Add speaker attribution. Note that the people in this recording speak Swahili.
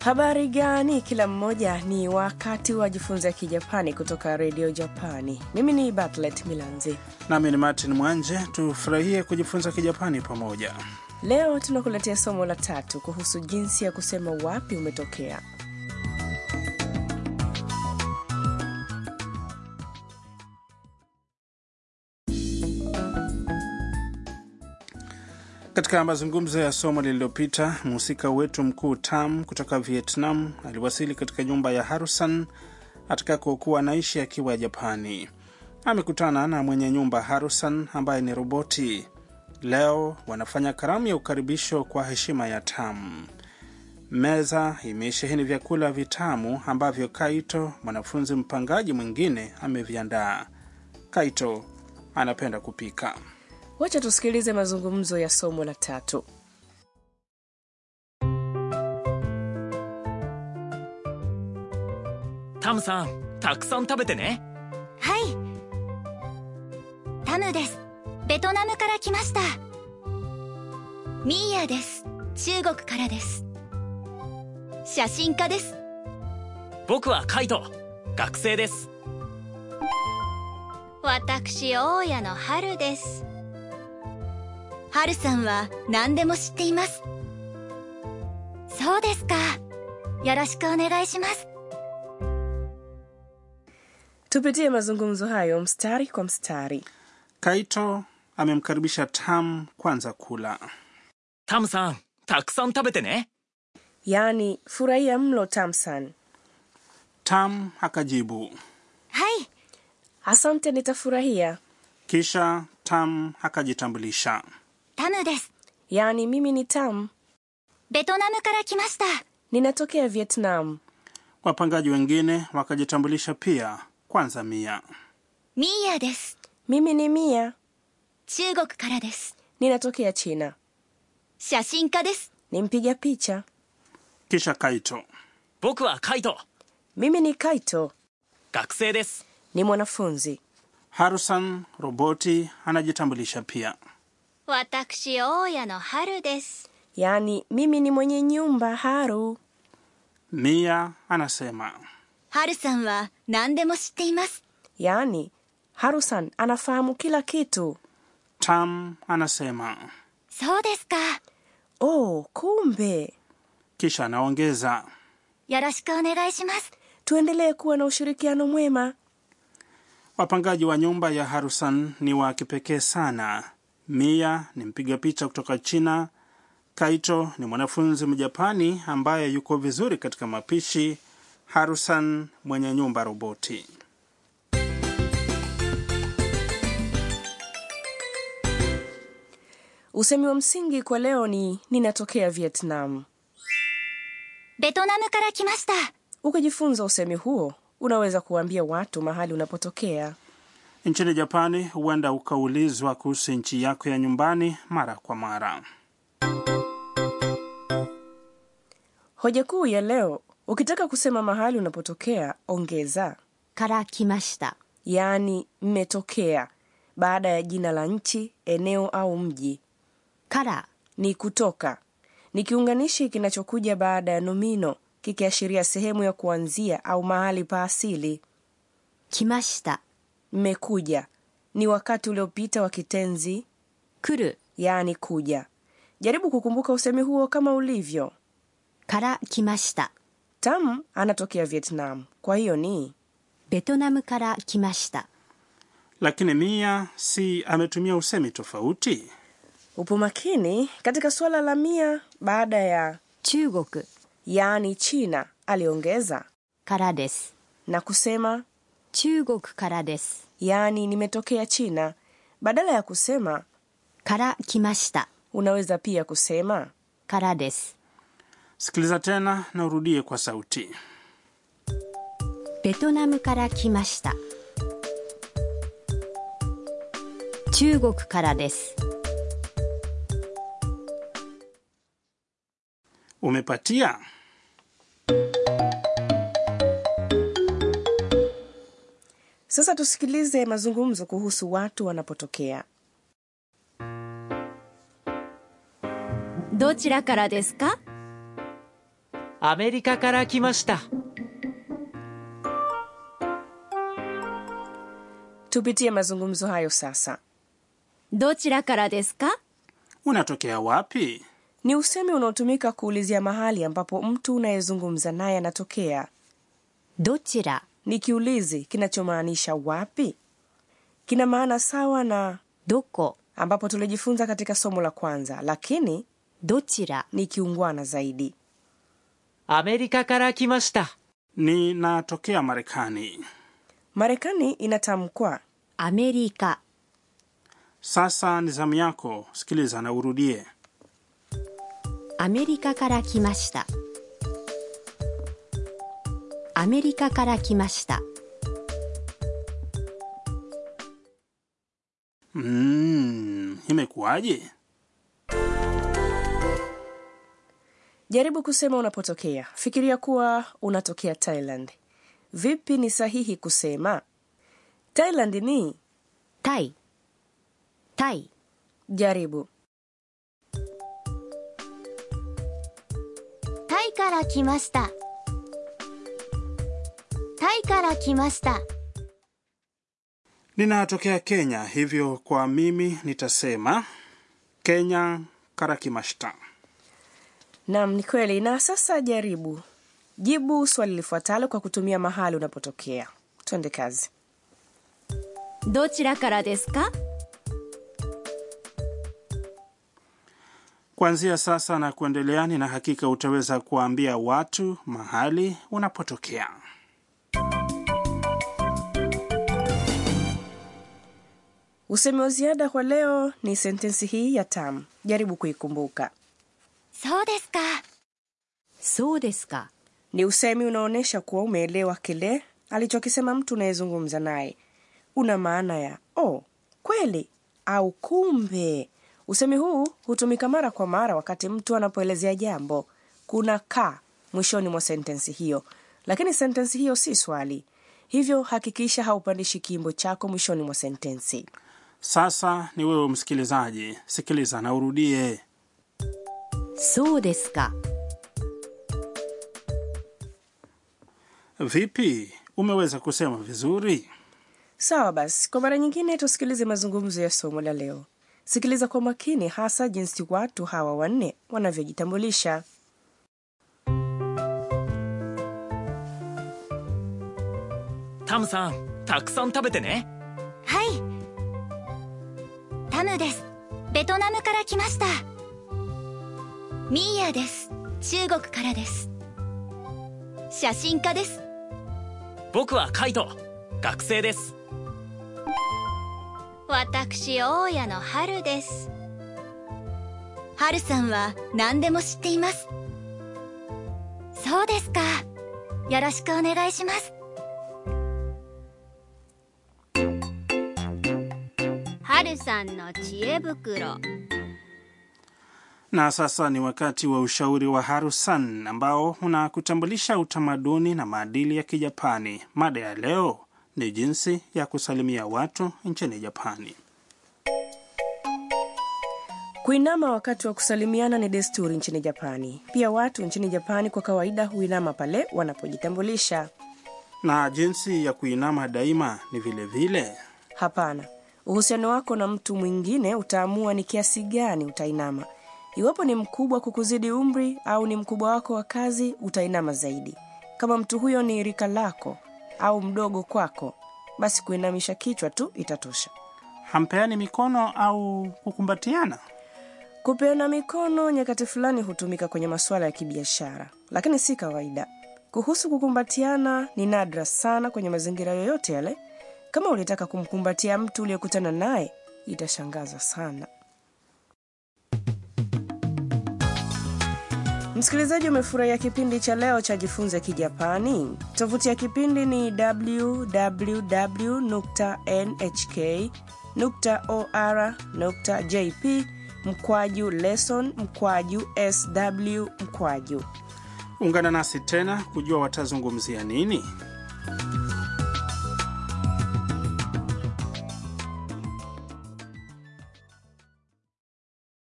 Speaker 1: Habari gani kila mmoja, ni wakati wa jifunza Kijapani kutoka redio Japani. Mimi ni Bartlet Milanzi.
Speaker 2: Nami ni Martin Mwanje. Tufurahie kujifunza Kijapani pamoja.
Speaker 1: Leo tunakuletea somo la tatu kuhusu jinsi ya kusema wapi umetokea.
Speaker 2: Katika mazungumzo ya somo lililopita, mhusika wetu mkuu Tam kutoka Vietnam aliwasili katika nyumba ya Harusan atakakokuwa anaishi akiwa Japani. Amekutana na mwenye nyumba Harusan ambaye ni roboti. Leo wanafanya karamu ya ukaribisho kwa heshima ya Tam. Meza imesheheni vyakula vitamu ambavyo Kaito, mwanafunzi mpangaji mwingine, ameviandaa. Kaito anapenda kupika.
Speaker 1: Wacha tusikilize mazungumzo ya somo la tatu.
Speaker 3: タムさんたくさん食べてね
Speaker 4: はいタムですベトナムから来ましたミーヤです中国からです写真家です
Speaker 3: 僕はカイト学生です
Speaker 4: 私大家の春です春さんは何でも知っていますそうですかよろしくお願いします
Speaker 1: Tupitie mazungumzo hayo mstari kwa mstari.
Speaker 2: Kaito amemkaribisha Tam kwanza kula.
Speaker 3: タムさんたくさん食べてね
Speaker 1: Yaani, furahia mlo Tamsan.
Speaker 2: Tam akajibu.
Speaker 4: はい
Speaker 1: Asante, nitafurahia.
Speaker 2: Kisha Tam akajitambulisha.
Speaker 4: タムです
Speaker 1: Yaani, mimi ni Tam,
Speaker 4: ベトナムから来ました
Speaker 1: ninatokea Vietnam.
Speaker 2: Wapangaji wengine wakajitambulisha pia, kwanza Mia.
Speaker 4: ミーヤです
Speaker 1: Mimi ni Mia,
Speaker 4: 中国からです
Speaker 1: ninatokea China,
Speaker 4: 写真家です
Speaker 1: ni mpiga picha.
Speaker 2: Kisha Kaito.
Speaker 3: 僕はカイト
Speaker 1: Mimi ni Kaito,
Speaker 3: 学生です
Speaker 1: ni mwanafunzi.
Speaker 2: Harusan roboti anajitambulisha pia.
Speaker 4: 私大家の春です。
Speaker 1: Yaani, mimi ni mwenye nyumba Haru.
Speaker 2: Mia anasema.
Speaker 4: 春さんは何でも知っています。
Speaker 1: Yaani, Harusan anafahamu kila kitu.
Speaker 2: Tam anasema.
Speaker 4: そうですか。
Speaker 1: Oh, kumbe.
Speaker 2: Kisha anaongeza.
Speaker 4: よろしくお願いします。
Speaker 1: Tuendelee kuwa na ushirikiano mwema.
Speaker 2: Wapangaji wa nyumba ya Harusan ni wa kipekee sana. Mia ni mpiga picha kutoka China. Kaito ni mwanafunzi Mjapani ambaye yuko vizuri katika mapishi. Harusan mwenye nyumba roboti.
Speaker 1: Usemi wa msingi kwa leo ni ninatokea Vietnam.
Speaker 4: ベトナムから来ました。
Speaker 1: Ukijifunza usemi huo, unaweza kuwaambia watu mahali unapotokea.
Speaker 2: Nchini Japani huenda ukaulizwa kuhusu nchi yako ya nyumbani mara kwa mara.
Speaker 1: Hoja kuu ya leo, ukitaka kusema mahali unapotokea, ongeza
Speaker 4: から来ました。
Speaker 1: yaani mmetokea baada ya jina la nchi, eneo au mji.
Speaker 4: から。
Speaker 1: Ni kutoka ni kiunganishi kinachokuja baada ya nomino kikiashiria sehemu ya kuanzia au mahali pa asili.
Speaker 4: 来ました。
Speaker 1: Mmekuja ni wakati uliopita wa kitenzi
Speaker 4: 来る。
Speaker 1: yaani kuja. Jaribu kukumbuka usemi huo kama ulivyo.
Speaker 4: から来ました。
Speaker 1: Tam anatokea Vietnam, kwa hiyo ni
Speaker 4: ベトナムから来ました。
Speaker 2: Lakini Mia si ametumia usemi tofauti?
Speaker 1: upo makini katika suala la mia baada ya
Speaker 4: 中国
Speaker 1: yaani China aliongeza
Speaker 4: からです。
Speaker 1: na kusema
Speaker 4: 中国からです。
Speaker 1: yaani nimetokea China. Badala ya kusema
Speaker 4: から来ました。
Speaker 1: unaweza pia kusema
Speaker 4: からです。
Speaker 2: Sikiliza tena na urudie kwa sauti.
Speaker 4: ベトナムから来ました。中国からです。
Speaker 2: Umepatia?
Speaker 1: Sasa tusikilize mazungumzo kuhusu watu wanapotokea.
Speaker 4: どちらからですか
Speaker 5: アメリカから来ました
Speaker 1: tupitie mazungumzo hayo sasa
Speaker 6: どちらからですか
Speaker 2: unatokea wapi
Speaker 1: ni usemi unaotumika kuulizia mahali ambapo mtu unayezungumza naye anatokea
Speaker 6: どちら
Speaker 1: ni kiulizi kinachomaanisha wapi kina maana sawa na
Speaker 6: どこ
Speaker 1: ambapo tulijifunza katika somo la kwanza lakini
Speaker 6: どちら
Speaker 1: ni kiungwana zaidi
Speaker 5: アメリカから来ました
Speaker 2: ninatokea marekani
Speaker 1: marekani inatamkwa
Speaker 6: アメリカ
Speaker 2: sasa ni zamu yako sikiliza na urudie
Speaker 6: アメリカから来ましたアメリカから来ました
Speaker 2: mm, imekuwaje
Speaker 1: jaribu kusema unapotokea fikiria kuwa unatokea thailand vipi ni sahihi kusema thailand ni
Speaker 6: タイタイ
Speaker 1: jaribu
Speaker 4: タイから来ましたタイから来ました
Speaker 2: ninatokea kenya hivyo kwa mimi nitasema kenya karakimashita
Speaker 1: nam ni kweli na sasa jaribu jibu swali lifuatalo kwa kutumia mahali unapotokea twende kazi
Speaker 6: どちらからですか
Speaker 2: kuanzia sasa na kuendelea nina hakika utaweza kuwaambia watu mahali unapotokea
Speaker 1: usemi wa ziada kwa leo ni sentensi hii ya tam jaribu kuikumbuka
Speaker 4: そうですか
Speaker 6: そうですか
Speaker 1: ni usemi unaonyesha kuwa umeelewa kile alichokisema mtu unayezungumza naye una maana ya oh, kweli au kumbe usemi huu hutumika mara kwa mara wakati mtu anapoelezea jambo kuna ka mwishoni mwa sentensi hiyo lakini sentensi hiyo si swali hivyo hakikisha haupandishi kiimbo chako mwishoni mwa sentensi
Speaker 2: sasa ni wewe msikilizaji sikiliza na urudie
Speaker 6: そうですか
Speaker 2: vipi umeweza kusema vizuri
Speaker 1: sawa basi kwa mara nyingine tusikilize mazungumzo ya somo la leo sikiliza kwa makini hasa jinsi watu hawa wanne wanavyojitambulisha
Speaker 3: タムさんたくさん食べてね
Speaker 4: はいタムですベトナムから来ましたミーヤです中国からです写真家です
Speaker 3: 僕はカイト学生です
Speaker 4: 私大家の春です春さんは何でも知っていますそうですかよろしくお願いします春さんの知恵袋
Speaker 2: na sasa ni wakati wa ushauri wa harusan ambao unakutambulisha utamaduni na maadili ya kijapani mada ya leo ni jinsi ya kusalimia watu nchini japani
Speaker 1: kuinama wakati wa kusalimiana ni desturi nchini japani pia watu nchini japani kwa kawaida huinama pale wanapojitambulisha
Speaker 2: na jinsi ya kuinama daima ni vile vile
Speaker 1: hapana uhusiano wako na mtu mwingine utaamua ni kiasi gani utainama iwapo ni mkubwa kukuzidi umri au ni mkubwa wako wa kazi utainama zaidi kama mtu huyo ni rika lako au mdogo kwako basi kuinamisha kichwa tu itatosha
Speaker 2: hampeani mikono au kukumbatiana
Speaker 1: kupeana mikono nyakati fulani hutumika kwenye masuala ya kibiashara lakini si kawaida kuhusu kukumbatiana ni nadra sana kwenye mazingira yoyote yale kama ulitaka kumkumbatia mtu uliyekutana naye itashangaza sana msikilizaji umefurahia kipindi cha leo cha jifunze kijapani tovuti ya kipindi ni www.nhk.or.jp mkwaju lesson mkwaju sw mkwaju
Speaker 2: ungana nasi tena kujua watazungumzia nini